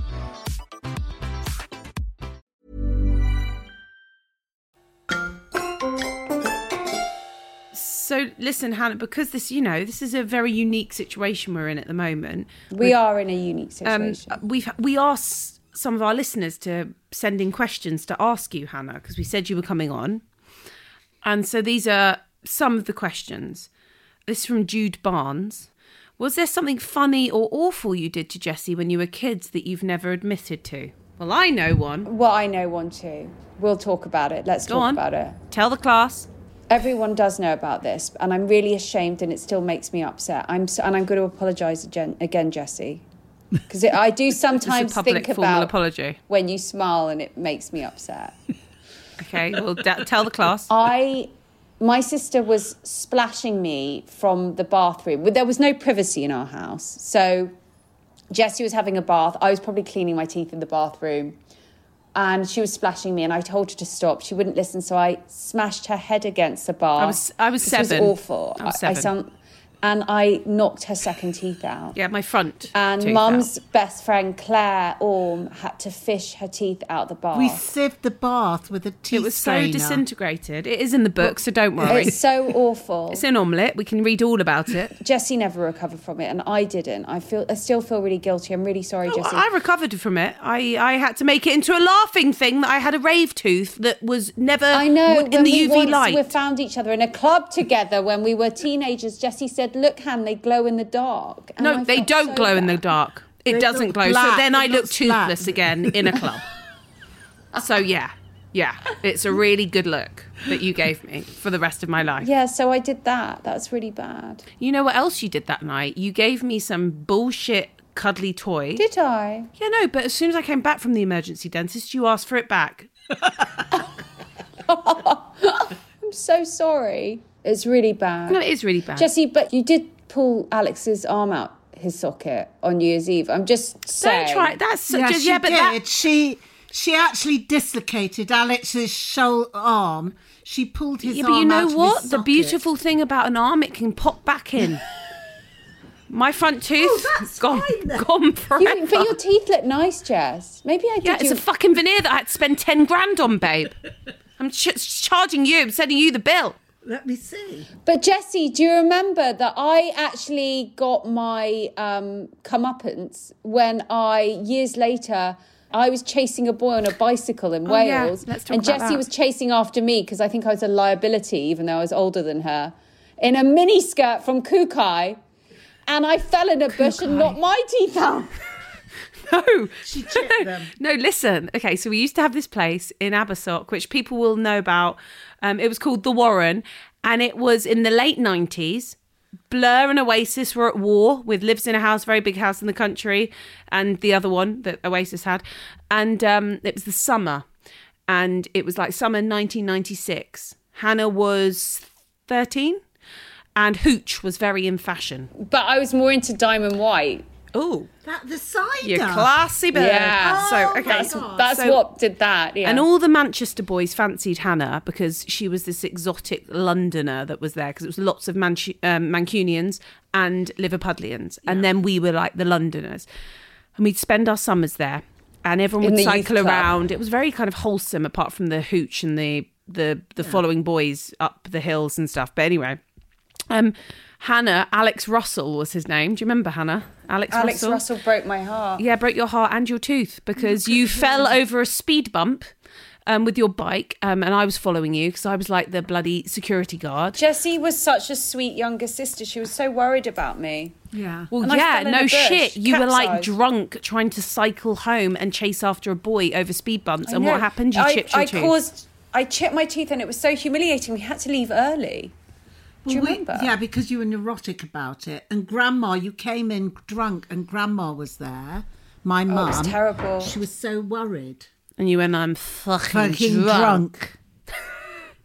Speaker 1: So listen, Hannah, because this you know this is a very unique situation we're in at the moment.
Speaker 4: We are in a unique
Speaker 1: um,
Speaker 4: situation.
Speaker 1: we've we asked some of our listeners to send in questions to ask you, Hannah, because we said you were coming on, and so these are some of the questions. This is from Jude Barnes. Was there something funny or awful you did to Jesse when you were kids that you've never admitted to? Well, I know one.
Speaker 4: well, I know one too. We'll talk about it. Let's
Speaker 1: Go
Speaker 4: talk
Speaker 1: on.
Speaker 4: about it.
Speaker 1: Tell the class.
Speaker 4: Everyone does know about this, and I'm really ashamed, and it still makes me upset. I'm so, and I'm going to apologise again, again,
Speaker 1: *laughs*
Speaker 4: Jesse, because I do sometimes
Speaker 1: it's a public
Speaker 4: think
Speaker 1: formal
Speaker 4: about
Speaker 1: apology.
Speaker 4: when you smile, and it makes me upset.
Speaker 1: Okay, well, da- tell the class.
Speaker 4: I, my sister was splashing me from the bathroom. There was no privacy in our house. So Jessie was having a bath. I was probably cleaning my teeth in the bathroom. And she was splashing me, and I told her to stop. She wouldn't listen, so I smashed her head against the bar.
Speaker 1: I was- I was
Speaker 4: This
Speaker 1: seven.
Speaker 4: awful.
Speaker 1: I was
Speaker 4: I,
Speaker 1: seven.
Speaker 4: sound- and I knocked her second teeth out.
Speaker 1: Yeah, my front.
Speaker 4: And
Speaker 1: tooth
Speaker 4: mum's
Speaker 1: out.
Speaker 4: best friend Claire Orme had to fish her teeth out the bar.
Speaker 2: We sieved the bath with a tea
Speaker 1: It was so
Speaker 2: strainer.
Speaker 1: disintegrated. It is in the book, so don't worry.
Speaker 4: it's
Speaker 1: *laughs* It's,
Speaker 4: so awful.
Speaker 1: an omelette. We can read all about it.
Speaker 4: Jesse never recovered from it, and I didn't. I feel I still feel really guilty. I'm really sorry,
Speaker 1: Oh,
Speaker 4: Jesse.
Speaker 1: I recovered from it. I, I had to make it into a laughing thing that I had a rave tooth that was never
Speaker 4: I know.
Speaker 1: would- in
Speaker 4: when
Speaker 1: the
Speaker 4: we
Speaker 1: UV
Speaker 4: once
Speaker 1: light.
Speaker 4: we found each other in a club together when we were teenagers. Jesse said, "Look, Han, they glow in the dark." And
Speaker 1: no,
Speaker 4: I
Speaker 1: they
Speaker 4: felt
Speaker 1: don't
Speaker 4: so
Speaker 1: glow in the
Speaker 4: bad.
Speaker 1: dark. It
Speaker 2: They
Speaker 1: doesn't
Speaker 2: look
Speaker 1: glow. so
Speaker 2: black.
Speaker 1: then I
Speaker 2: It
Speaker 1: look
Speaker 2: looks black.
Speaker 1: toothless again in a
Speaker 2: *laughs*
Speaker 1: club. so yeah, yeah, it's a really good look that you gave me for the rest of my life.
Speaker 4: Yeah, so I did that. That's really bad.
Speaker 1: You know what else you did that night? You gave me some bullshit cuddly toy.
Speaker 4: Did I? *laughs*
Speaker 1: yeah, no, but as soon as I came back from the emergency dentist, you asked for it back.
Speaker 4: I'm so sorry. It's really bad.
Speaker 1: No, it is really bad.
Speaker 4: Jesse, but you did pull Alex's arm out his socket on New Year's Eve. I'm just saying.
Speaker 1: don't try. That's such
Speaker 2: Yeah,
Speaker 1: a-
Speaker 2: she
Speaker 1: yeah, but
Speaker 2: did.
Speaker 1: that
Speaker 2: She she actually dislocated Alex's shoulder arm. She pulled his
Speaker 1: Yeah,
Speaker 2: arm
Speaker 1: but you know
Speaker 2: out of
Speaker 1: what?
Speaker 2: his
Speaker 1: The
Speaker 2: socket.
Speaker 1: beautiful thing about an arm, it can pop back in.
Speaker 2: *laughs*
Speaker 1: My front tooth
Speaker 2: Oh,
Speaker 1: has
Speaker 2: that's
Speaker 1: gone,
Speaker 2: fine then.
Speaker 1: gone forever.
Speaker 4: You, but your teeth look nice, Jess. Maybe I did.
Speaker 1: yeah, it's
Speaker 4: you-
Speaker 1: a fucking veneer that I had to spend ten grand on, babe. I'm ch- charging you. I'm sending you the bill.
Speaker 2: Let me see.
Speaker 4: But Jesse, do you remember that I actually got my um, comeuppance when I years later I was chasing a boy on a bicycle in
Speaker 1: Oh, yeah.
Speaker 4: Wales,
Speaker 1: Let's talk
Speaker 4: and
Speaker 1: about
Speaker 4: Jessie
Speaker 1: that.
Speaker 4: was chasing after me because I think I was a liability, even though I was older than her, in a mini skirt from Kukai, and I fell in a bush and knocked my teeth out.
Speaker 1: No.
Speaker 2: She chipped them.
Speaker 1: No, listen. Okay, so we used to have this place in Abersock, which people will know about. Um, it was called The Warren, and it was in the late 90s. Blur and Oasis were at war with Lives in a House, very big house in the country, and the other one that Oasis had. And um, it was the summer, and it was like summer 1996. Hannah was 13, and Hooch was very in fashion.
Speaker 4: But I was more into Diamond White.
Speaker 1: Oh,
Speaker 2: That the cider.
Speaker 1: you're classy bird.
Speaker 4: Yeah.
Speaker 2: Oh,
Speaker 1: So, okay. Oh,
Speaker 4: That's, that's
Speaker 1: So-
Speaker 4: what did that. Yeah.
Speaker 1: And all the Manchester boys fancied Hannah because she was this exotic Londoner that was there because it was lots of Manchu- um, Mancunians and Liverpudlians. And then we were like the Londoners. And we'd spend our summers there and everyone
Speaker 4: In
Speaker 1: would
Speaker 4: the youth
Speaker 1: cycle
Speaker 4: club.
Speaker 1: around. It was very kind of wholesome apart from the hooch and the, the, the following boys up the hills and stuff. But anyway, um, Hannah, Alex Russell was his name. Do you remember Hannah? Alex,
Speaker 4: Alex Russell broke my heart.
Speaker 1: yeah, broke your heart and your tooth because you fell over a speed bump um, with your bike, um, and I was following you because I was like the bloody security guard.
Speaker 4: Jessie was such a sweet younger sister. She was so worried about me.
Speaker 2: Yeah.
Speaker 1: Well,
Speaker 4: And I
Speaker 1: yeah,
Speaker 4: fell in a
Speaker 1: no
Speaker 4: bush,
Speaker 1: shit. You were like
Speaker 4: capsized.
Speaker 1: drunk trying to cycle home and chase after a boy over speed bumps,
Speaker 4: I
Speaker 1: and
Speaker 4: know.
Speaker 1: what happened? You
Speaker 4: I,
Speaker 1: chipped your
Speaker 4: I
Speaker 1: tooth.
Speaker 4: caused. I chipped my teeth, and it was so humiliating. We had to leave early. Do you
Speaker 2: Well, we-
Speaker 4: remember?
Speaker 2: yeah, because you were neurotic about it. And grandma, you came in drunk and grandma was
Speaker 1: Oh,
Speaker 2: there. My mum.
Speaker 4: was terrible.
Speaker 2: She was so worried.
Speaker 1: and you went, "I'm fucking,
Speaker 2: Fucking
Speaker 1: drunk."
Speaker 2: drunk.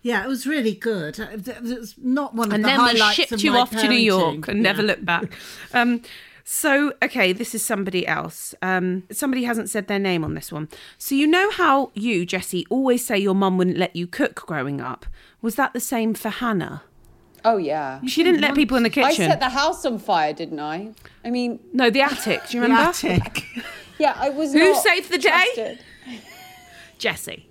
Speaker 2: Yeah, it was really good. Uh, It was not one of
Speaker 1: and
Speaker 2: the
Speaker 1: then we
Speaker 2: highlights
Speaker 1: shipped
Speaker 2: of
Speaker 1: you
Speaker 2: my
Speaker 1: off to New York
Speaker 2: parenting.
Speaker 1: and
Speaker 2: Yeah.
Speaker 1: never looked back. Um, so, okay, this is somebody else. Um, somebody hasn't said their name on this one. So, you know how you, Jesse, always say your mum wouldn't let you cook growing up? Was that the same for Hannah?
Speaker 4: Oh yeah.
Speaker 1: She didn't let people in the
Speaker 4: I
Speaker 1: kitchen.
Speaker 4: set the house on fire, didn't I? I mean,
Speaker 1: No, the attic. Do you
Speaker 2: The
Speaker 1: remember?
Speaker 2: attic.
Speaker 1: *laughs*
Speaker 4: yeah, I was.
Speaker 1: Who
Speaker 4: not
Speaker 1: saved the day?
Speaker 4: trusted.
Speaker 1: Jesse.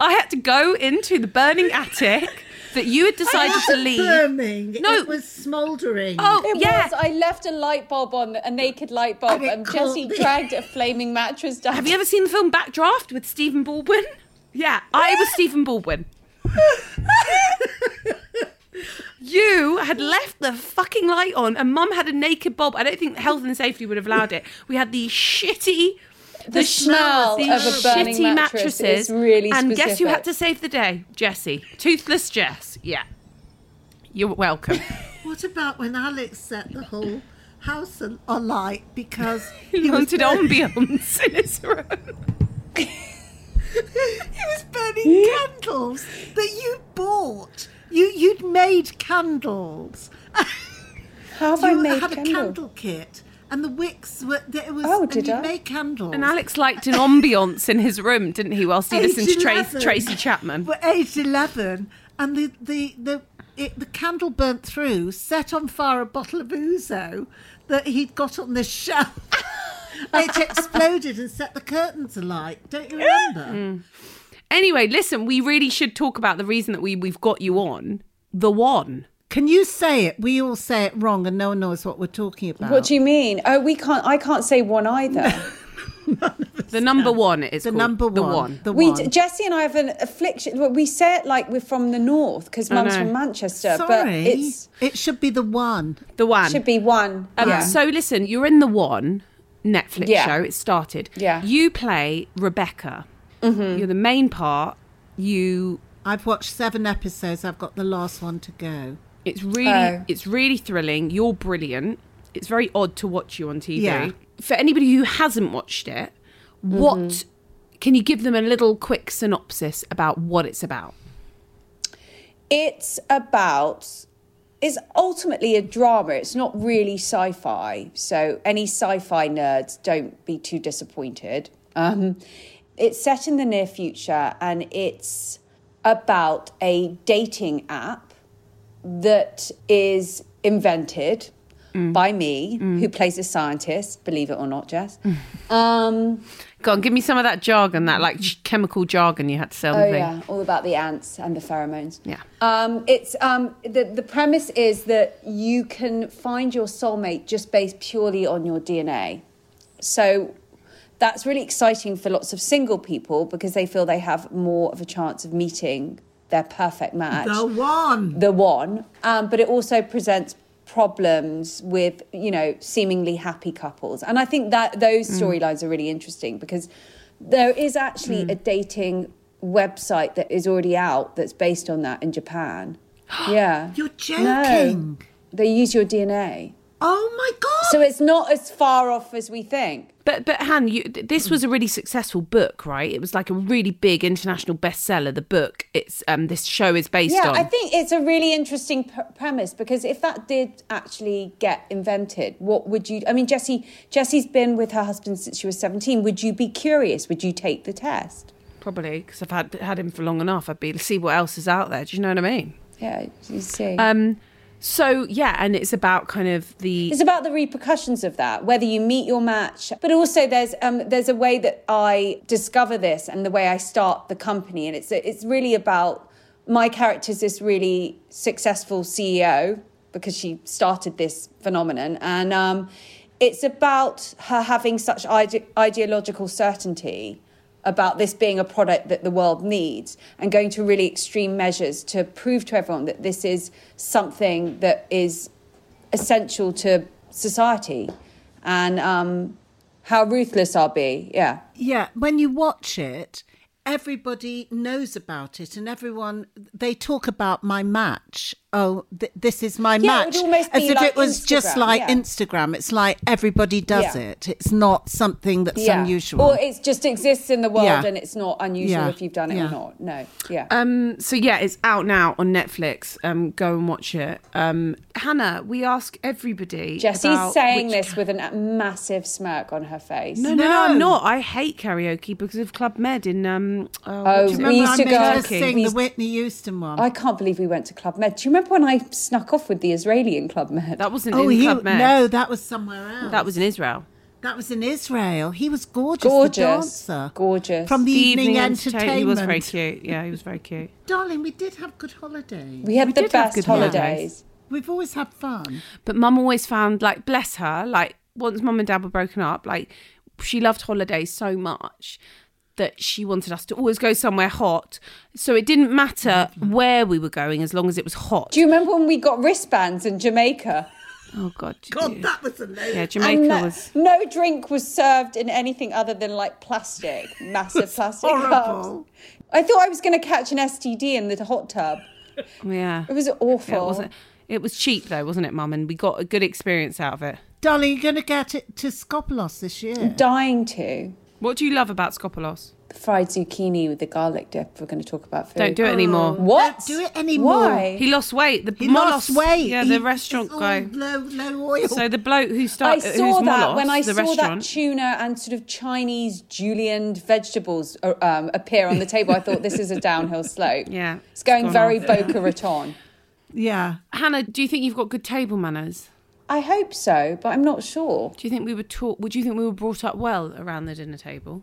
Speaker 1: I had to go into the burning attic that you had decided to leave.
Speaker 2: Burning.
Speaker 1: No.
Speaker 2: It was smouldering.
Speaker 1: Oh,
Speaker 4: It
Speaker 1: yeah.
Speaker 4: was. I left a light bulb on, a naked light bulb,
Speaker 2: And it
Speaker 4: and, Jessie
Speaker 2: caught me.
Speaker 4: dragged a flaming mattress down.
Speaker 1: Have you ever seen the film Backdraft with Stephen Baldwin? Yeah, I was Stephen Baldwin. you had left the fucking light on, and Mum had a naked bob. I don't think health and safety would have allowed it. We had these shitty, the,
Speaker 4: smell
Speaker 1: these
Speaker 4: of a burning
Speaker 1: shitty
Speaker 4: mattress
Speaker 1: mattresses.
Speaker 4: is really
Speaker 1: and guess who
Speaker 4: specific.
Speaker 1: had to save the day? Jessie, toothless Jess. Yeah, you're
Speaker 4: *laughs*
Speaker 1: welcome.
Speaker 2: What about when Alex set the whole house al- alight because
Speaker 1: *laughs* he
Speaker 2: was *laughs*
Speaker 1: wanted
Speaker 2: burning-
Speaker 1: ambience in his room.
Speaker 2: He was burning
Speaker 1: Hmm?
Speaker 2: candles that you bought. You you'd made candles.
Speaker 4: How have I
Speaker 2: you
Speaker 4: made
Speaker 2: had
Speaker 4: candles?
Speaker 2: a candle kit, and the wicks were there. It was
Speaker 4: Oh,
Speaker 2: and
Speaker 4: did
Speaker 2: you
Speaker 4: I?
Speaker 2: made candles.
Speaker 1: And Alex liked an ambience in his room, didn't he, whilst he
Speaker 2: Age
Speaker 1: listened to Tra-
Speaker 2: 11.
Speaker 1: Tracy Chapman?
Speaker 2: Well, age eleven, and the the the it, the candle burnt through, set on fire a bottle of ouzo that he'd got on this *laughs* shelf.
Speaker 4: *laughs*
Speaker 2: it exploded and set the curtains alight. Don't you
Speaker 4: Mm.
Speaker 2: remember?
Speaker 1: Anyway, listen, we really should talk about the reason that we, we've got you on. The one.
Speaker 2: Can you say it? We all say it wrong, and no one knows what we're talking about.
Speaker 4: What do you mean? Oh, we can't. I can't say one either.
Speaker 1: The number one is
Speaker 2: the number one?
Speaker 1: The one.
Speaker 2: The
Speaker 4: We
Speaker 2: one.
Speaker 4: Jesse and I have an affliction. well, We say it like we're from the north because mum's
Speaker 1: know.
Speaker 4: from Manchester, but
Speaker 2: Sorry,
Speaker 4: it's
Speaker 2: it should be the one.
Speaker 1: The one.
Speaker 4: should be one.
Speaker 1: Um,
Speaker 4: yeah.
Speaker 1: So listen, you're in the one Netflix
Speaker 4: Yeah.
Speaker 1: show. It started.
Speaker 4: Yeah. Mm-hmm.
Speaker 1: You play Rebecca. You're the main part. You.
Speaker 2: I've watched seven episodes. I've got the last one to go.
Speaker 1: It's really.
Speaker 4: Oh.
Speaker 1: It's really thrilling. You're brilliant. It's very odd to watch you on TV.
Speaker 2: Yeah.
Speaker 1: For anybody who hasn't watched it, what
Speaker 4: Mm-hmm.
Speaker 1: can you give them a little quick synopsis about what it's about?
Speaker 4: it's about it's ultimately a drama it's not really sci-fi so any sci-fi nerds don't be too disappointed um, it's set in the near future and it's about a dating app that is invented by me who plays a scientist believe it or not jess um,
Speaker 1: Go on, give me some of that jargon, that like ch- chemical jargon you had to sell
Speaker 4: Oh
Speaker 1: me.
Speaker 4: yeah, all about the ants and the pheromones.
Speaker 1: Yeah.
Speaker 4: Um, it's um, the the premise is that you can find your soulmate just based purely on your DNA. So that's really exciting for lots of single people because they feel they have more of a chance of meeting their perfect match
Speaker 2: The one.
Speaker 4: the one, um, but it also presents problems with you know seemingly happy couples, and I think that those storylines are really interesting because there is actually a dating website that is already out that's based on that in Japan. yeah,
Speaker 2: You're
Speaker 4: No.
Speaker 2: joking.
Speaker 4: They use your DNA,
Speaker 2: Oh my god.
Speaker 4: so it's not as far off as we think.
Speaker 1: But but Han, you, th- this was a really successful book, right? It was like a really big international bestseller. The book it's um this show is based
Speaker 4: Yeah,
Speaker 1: on.
Speaker 4: I think it's a really interesting p- premise because if that did actually get invented, what would you? I mean, Jessie, Jessie's been with her husband since she was seventeen. Would you be curious? Would you take the test?
Speaker 1: Probably because I've had had him for long enough. I'd be see what else is out there. Do you know what I mean?
Speaker 4: Yeah, you see,
Speaker 1: Um. So yeah, and it's about kind of the
Speaker 4: it's about the repercussions of that, whether you meet your match, but also there's um, there's a way that I discover this and the way I start the company, and it's it's really about my character's this really successful CEO because she started this phenomenon, and um, it's about her having such ide- ideological certainty about this being a product that the world needs and going to really extreme measures to prove to everyone that this is something that is essential to society and um, how ruthless I'll be. Yeah.
Speaker 2: Yeah, when you watch it, everybody knows about it, and everyone they talk about my match. Oh, th- this is my
Speaker 4: Yeah, it
Speaker 2: match,
Speaker 4: would almost
Speaker 2: as
Speaker 4: be
Speaker 2: if
Speaker 4: like
Speaker 2: it was just
Speaker 4: Instagram,
Speaker 2: like
Speaker 4: yeah.
Speaker 2: Instagram. It's like everybody does
Speaker 4: Yeah.
Speaker 2: it. It's not something that's
Speaker 4: yeah.
Speaker 2: unusual.
Speaker 4: Or it just exists in the world
Speaker 2: Yeah.
Speaker 4: and it's not unusual
Speaker 2: Yeah.
Speaker 4: if you've done it
Speaker 2: Yeah.
Speaker 4: or not. No. Yeah.
Speaker 1: um. So yeah, it's out now on Netflix. Um. Go and watch it. Um. Hannah, we ask everybody.
Speaker 4: Jessie's
Speaker 1: about
Speaker 4: saying
Speaker 1: which-
Speaker 4: this with a massive smirk on her face.
Speaker 1: No, no, no, I'm
Speaker 2: No.
Speaker 1: not. I hate karaoke because of Club Med in um. Oh, what
Speaker 4: Oh,
Speaker 1: do you
Speaker 4: we
Speaker 1: remember?
Speaker 4: used
Speaker 2: I
Speaker 4: to
Speaker 2: made
Speaker 4: go-
Speaker 2: her
Speaker 4: Okay.
Speaker 2: sing
Speaker 4: we
Speaker 2: the
Speaker 4: used-
Speaker 2: Whitney Houston one.
Speaker 4: I can't believe we went to Club Med. Do you remember when I snuck off with the Israeli in Club Med?
Speaker 1: That wasn't
Speaker 2: oh,
Speaker 1: in
Speaker 2: he,
Speaker 1: Club Med.
Speaker 2: no, that was somewhere else.
Speaker 1: That was in Israel.
Speaker 2: that was in Israel. He was gorgeous, the
Speaker 4: Gorgeous.
Speaker 2: dancer,
Speaker 4: Gorgeous.
Speaker 2: from the, evening,
Speaker 1: entertain-
Speaker 2: entertainment.
Speaker 1: He was very cute. Yeah, he was very cute.
Speaker 2: Darling, we did have good holidays.
Speaker 4: we had
Speaker 1: We
Speaker 4: the
Speaker 1: did have
Speaker 4: best
Speaker 1: good
Speaker 4: holidays.
Speaker 1: holidays.
Speaker 2: We've always had fun.
Speaker 1: But mum always found like bless her, like once mum and dad were broken up, like she loved holidays so much that she wanted us to always go somewhere hot. So it didn't matter where we were going as long as it was hot.
Speaker 4: Mm-hmm. Do you remember when we got wristbands in Jamaica?
Speaker 1: oh god.
Speaker 2: God,
Speaker 1: yeah.
Speaker 2: that was amazing.
Speaker 1: yeah,
Speaker 4: And
Speaker 1: Jamaica
Speaker 4: no,
Speaker 1: was
Speaker 4: no drink was served in anything other than like plastic,
Speaker 2: *laughs*
Speaker 4: massive plastic
Speaker 2: horrible.
Speaker 4: cups. I thought I was going to catch an STD in the hot tub.
Speaker 1: yeah.
Speaker 4: It was
Speaker 1: Yeah,
Speaker 4: awful.
Speaker 1: it wasn't it was cheap though, wasn't it, mum? And we got a good experience out of it.
Speaker 2: Darling, you're going to get it to Skopelos this year.
Speaker 4: Dying to.
Speaker 1: What do you love about Scopolos?
Speaker 4: The fried zucchini with the garlic dip. We're going to talk about food.
Speaker 1: Don't do it anymore.
Speaker 4: What?
Speaker 2: Don't do it anymore.
Speaker 4: Why?
Speaker 1: He lost weight. The
Speaker 2: He
Speaker 1: Molos-
Speaker 2: lost weight.
Speaker 1: Yeah,
Speaker 2: He-
Speaker 1: the
Speaker 2: it's
Speaker 1: restaurant
Speaker 2: all
Speaker 1: guy.
Speaker 2: Low, low oil.
Speaker 1: So the bloke who
Speaker 4: I
Speaker 1: started,
Speaker 4: saw
Speaker 1: who's
Speaker 4: that
Speaker 1: Molos,
Speaker 4: when I
Speaker 1: the
Speaker 4: saw
Speaker 1: restaurant.
Speaker 4: that tuna and sort of Chinese julienned vegetables uh, um, appear on the table. I thought this is
Speaker 1: *laughs*
Speaker 4: a downhill slope.
Speaker 1: Yeah,
Speaker 4: it's going
Speaker 1: it's gone
Speaker 4: very
Speaker 1: off.
Speaker 4: Boca Raton.
Speaker 2: yeah.
Speaker 1: *laughs* Hannah, do you think you've got good table manners?
Speaker 4: I hope so, but I'm not sure.
Speaker 1: Do you think we were taught? Would you think we were brought up well around the dinner table?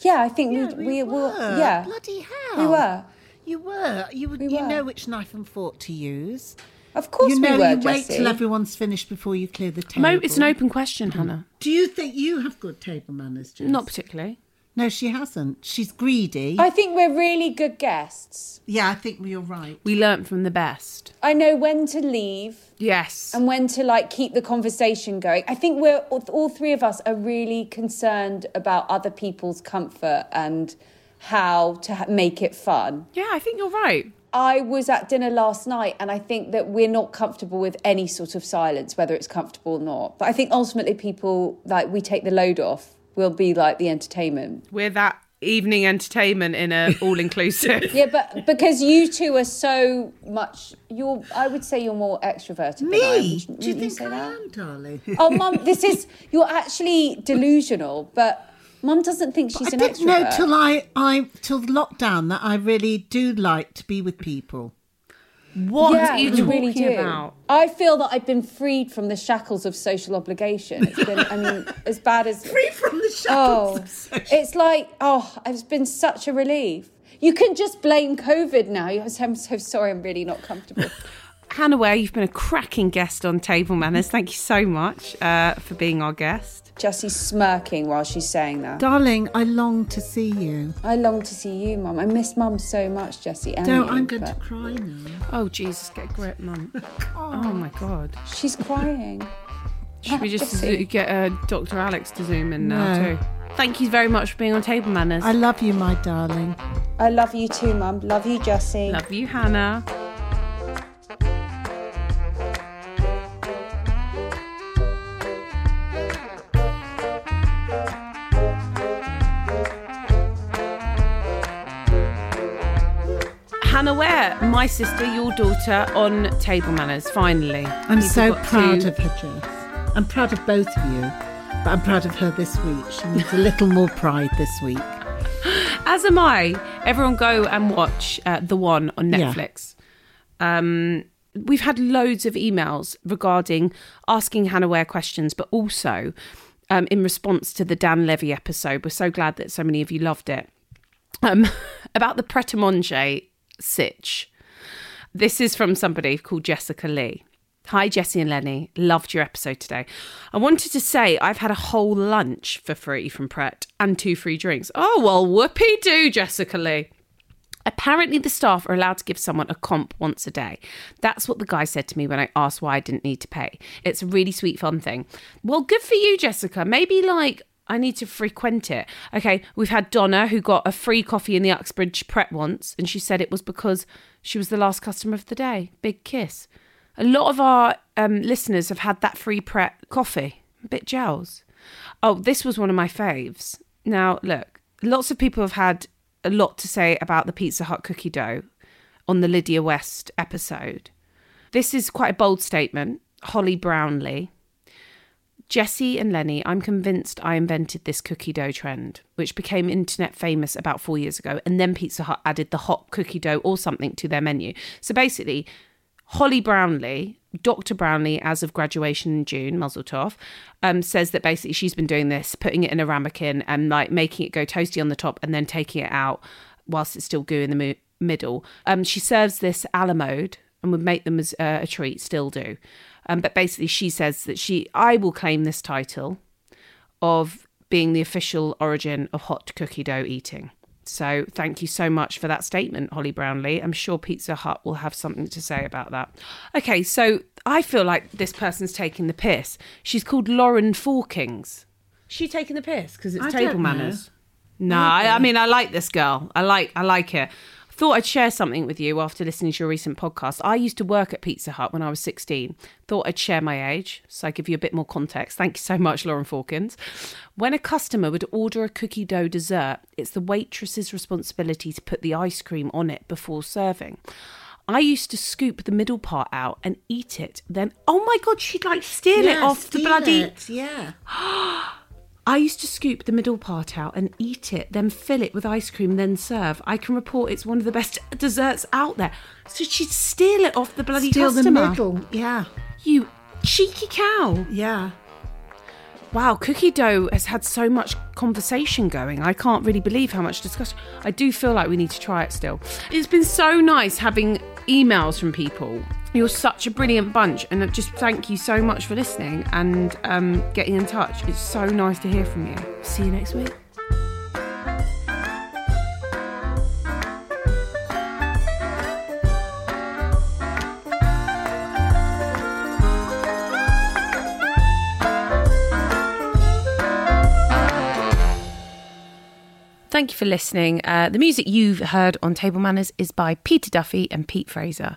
Speaker 4: Yeah, I think
Speaker 2: Yeah,
Speaker 4: we,
Speaker 2: we
Speaker 4: we, will.
Speaker 2: were.
Speaker 4: Yeah,
Speaker 2: Bloody hell.
Speaker 4: we were.
Speaker 2: You were. You would.
Speaker 4: We
Speaker 2: you
Speaker 4: were.
Speaker 2: know which knife and fork to use.
Speaker 4: Of course,
Speaker 2: you know
Speaker 4: we were.
Speaker 2: you wait
Speaker 4: Jessie.
Speaker 2: till everyone's finished before you clear the table.
Speaker 1: Mo, it's an open question, Hannah.
Speaker 2: Do you think you have good table manners, Jess?
Speaker 1: Not particularly.
Speaker 2: No, she hasn't. She's greedy.
Speaker 4: I think we're really good guests.
Speaker 2: yeah, I think you're right.
Speaker 1: We learnt from the best.
Speaker 4: I know when to leave
Speaker 1: Yes.
Speaker 4: and when to like keep the conversation going. I think we're all all three of us are really concerned about other people's comfort and how to ha- make it fun.
Speaker 1: yeah, I think you're right.
Speaker 4: I was at dinner last night and I think that we're not comfortable with any sort of silence whether it's comfortable or not. But I think ultimately people like we take the load off. We'll be like the entertainment.
Speaker 1: We're that evening entertainment in *laughs* a all inclusive.
Speaker 4: Yeah, but because you two are so much, you're. I would say you're more extroverted. Than I am.
Speaker 2: Me?
Speaker 4: Wouldn't
Speaker 2: Do you
Speaker 4: you
Speaker 2: think
Speaker 4: say
Speaker 2: I
Speaker 4: that?
Speaker 2: am, darling?
Speaker 4: Oh, mum, this is you're actually delusional, but mum doesn't think she's
Speaker 2: I
Speaker 4: an
Speaker 2: didn't know
Speaker 4: extrovert.
Speaker 2: till I, I till lockdown that I really do like to be with people.
Speaker 1: *laughs* What
Speaker 4: yeah,
Speaker 1: are you
Speaker 4: you
Speaker 1: talking
Speaker 4: really do.
Speaker 1: about?
Speaker 4: I feel that I've been freed from the shackles of social obligation. It's been, I mean, as
Speaker 2: *laughs*
Speaker 4: bad as
Speaker 2: Free from the shackles
Speaker 4: oh,
Speaker 2: of social.
Speaker 4: it's like oh, it's been such a relief. You can just blame COVID now. You say, I'm so sorry. I'm really
Speaker 2: *laughs*
Speaker 4: not comfortable.
Speaker 1: Hannah Ware, you've been a cracking guest on Table Manners. Thank you so much uh, for being our guest.
Speaker 4: Jessie's smirking while she's saying that.
Speaker 2: Darling, I long to see you.
Speaker 4: I long to see you, Mum. I miss Mum so much, Jessie. and
Speaker 2: No,
Speaker 4: you,
Speaker 2: I'm going to
Speaker 4: but-
Speaker 2: cry now.
Speaker 1: Oh, Jesus, get a grip, Mum. Oh, my God.
Speaker 4: She's crying.
Speaker 1: Should we just
Speaker 4: Jesse.
Speaker 1: zo- get uh, Dr. Alex to zoom in now,
Speaker 2: No.
Speaker 1: too? Thank you very much for being on Table Manners.
Speaker 2: I love you, my darling.
Speaker 4: I love you too, Mum. Love you, Jessie.
Speaker 1: love you, Hannah. Hannah Ware, my sister, your daughter, on Table Manners, finally.
Speaker 2: I'm
Speaker 1: People
Speaker 2: so
Speaker 1: got
Speaker 2: proud
Speaker 1: to-
Speaker 2: of her, Jess. I'm proud of both of you, but I'm proud of her this week. She needs a little more pride this week.
Speaker 1: As am I. Everyone go and watch uh, The One on
Speaker 2: Yeah.
Speaker 1: Netflix. Um, we've had loads of emails regarding asking Hannah Ware questions, but also um, in response to the Dan Levy episode. We're so glad that so many of you loved it. Um, *laughs* about the Pret a Manger sitch. This is from somebody called Jessica Lee. Hi, Jesse and Lenny. Loved your episode today. I wanted to say I've had a whole lunch for free from Pret and two free drinks. Oh, well, whoopee do, Jessica Lee. Apparently, the staff are allowed to give someone a comp once a day. That's what the guy said to me when I asked why I didn't need to pay. It's a really sweet, fun thing. Well, good for you, Jessica. Maybe like I need to frequent it. Okay, we've had Donna who got a free coffee in the Uxbridge Pret once, and she said it was because she was the last customer of the day. Big kiss. A lot of our um, listeners have had that free Pret coffee. A bit gels. Oh, this was one of my faves. Now, look, lots of people have had a lot to say about the Pizza Hut cookie dough on the Lydia West episode. This is quite a bold statement. Holly Brownlee. Jesse and Lenny, I'm convinced I invented this cookie dough trend, which became internet famous about four years ago, and then Pizza Hut added the hot cookie dough or something to their menu. So basically, Holly Brownlee, Dr. Brownlee, as of graduation in June, Mazel Tov, um, says that basically she's been doing this, putting it in a ramekin and like making it go toasty on the top and then taking it out whilst it's still goo in the mo- middle. Um, she serves this a la mode and would make them as uh, a treat, still do. Um, but basically, she says that she, I will claim this title of being the official origin of hot cookie dough eating. So thank you so much for that statement, Holly Brownlee. I'm sure Pizza Hut will have something to say about that. Okay, so I feel like this person's taking the piss. She's called Lauren Forkings. She taking the piss because it's
Speaker 2: I
Speaker 1: table
Speaker 2: don't know.
Speaker 1: manners. No, I, I mean I like this girl. I like I like it. Thought I'd share something with you after listening to your recent podcast. I used to work at Pizza Hut when I was 16. Thought I'd share my age, so I give you a bit more context. Thank you so much, Lauren Falkins. When a customer would order a cookie dough dessert, it's the waitress's responsibility to put the ice cream on it before serving. I used to scoop the middle part out and eat it. Then, oh my god, she'd like steal it off the bloody.
Speaker 2: Yeah.
Speaker 1: I used to scoop the middle part out and eat it, then fill it with ice cream, then serve. I can report it's one of the best *laughs* desserts out there. So she'd steal it off the bloody
Speaker 2: Still the
Speaker 1: customer.
Speaker 2: middle. Yeah.
Speaker 1: You cheeky cow.
Speaker 2: Yeah.
Speaker 1: Wow, cookie dough has had so much conversation going. I can't really believe how much discussion. I do feel like we need to try it still. It's been so nice having emails from people. You're such a brilliant bunch, and just thank you so much for listening and um, getting in touch. It's so nice to hear from you. See you next week. Thank you for listening. Uh, the music you've heard on Table Manners is by Peter Duffy and Pete Fraser.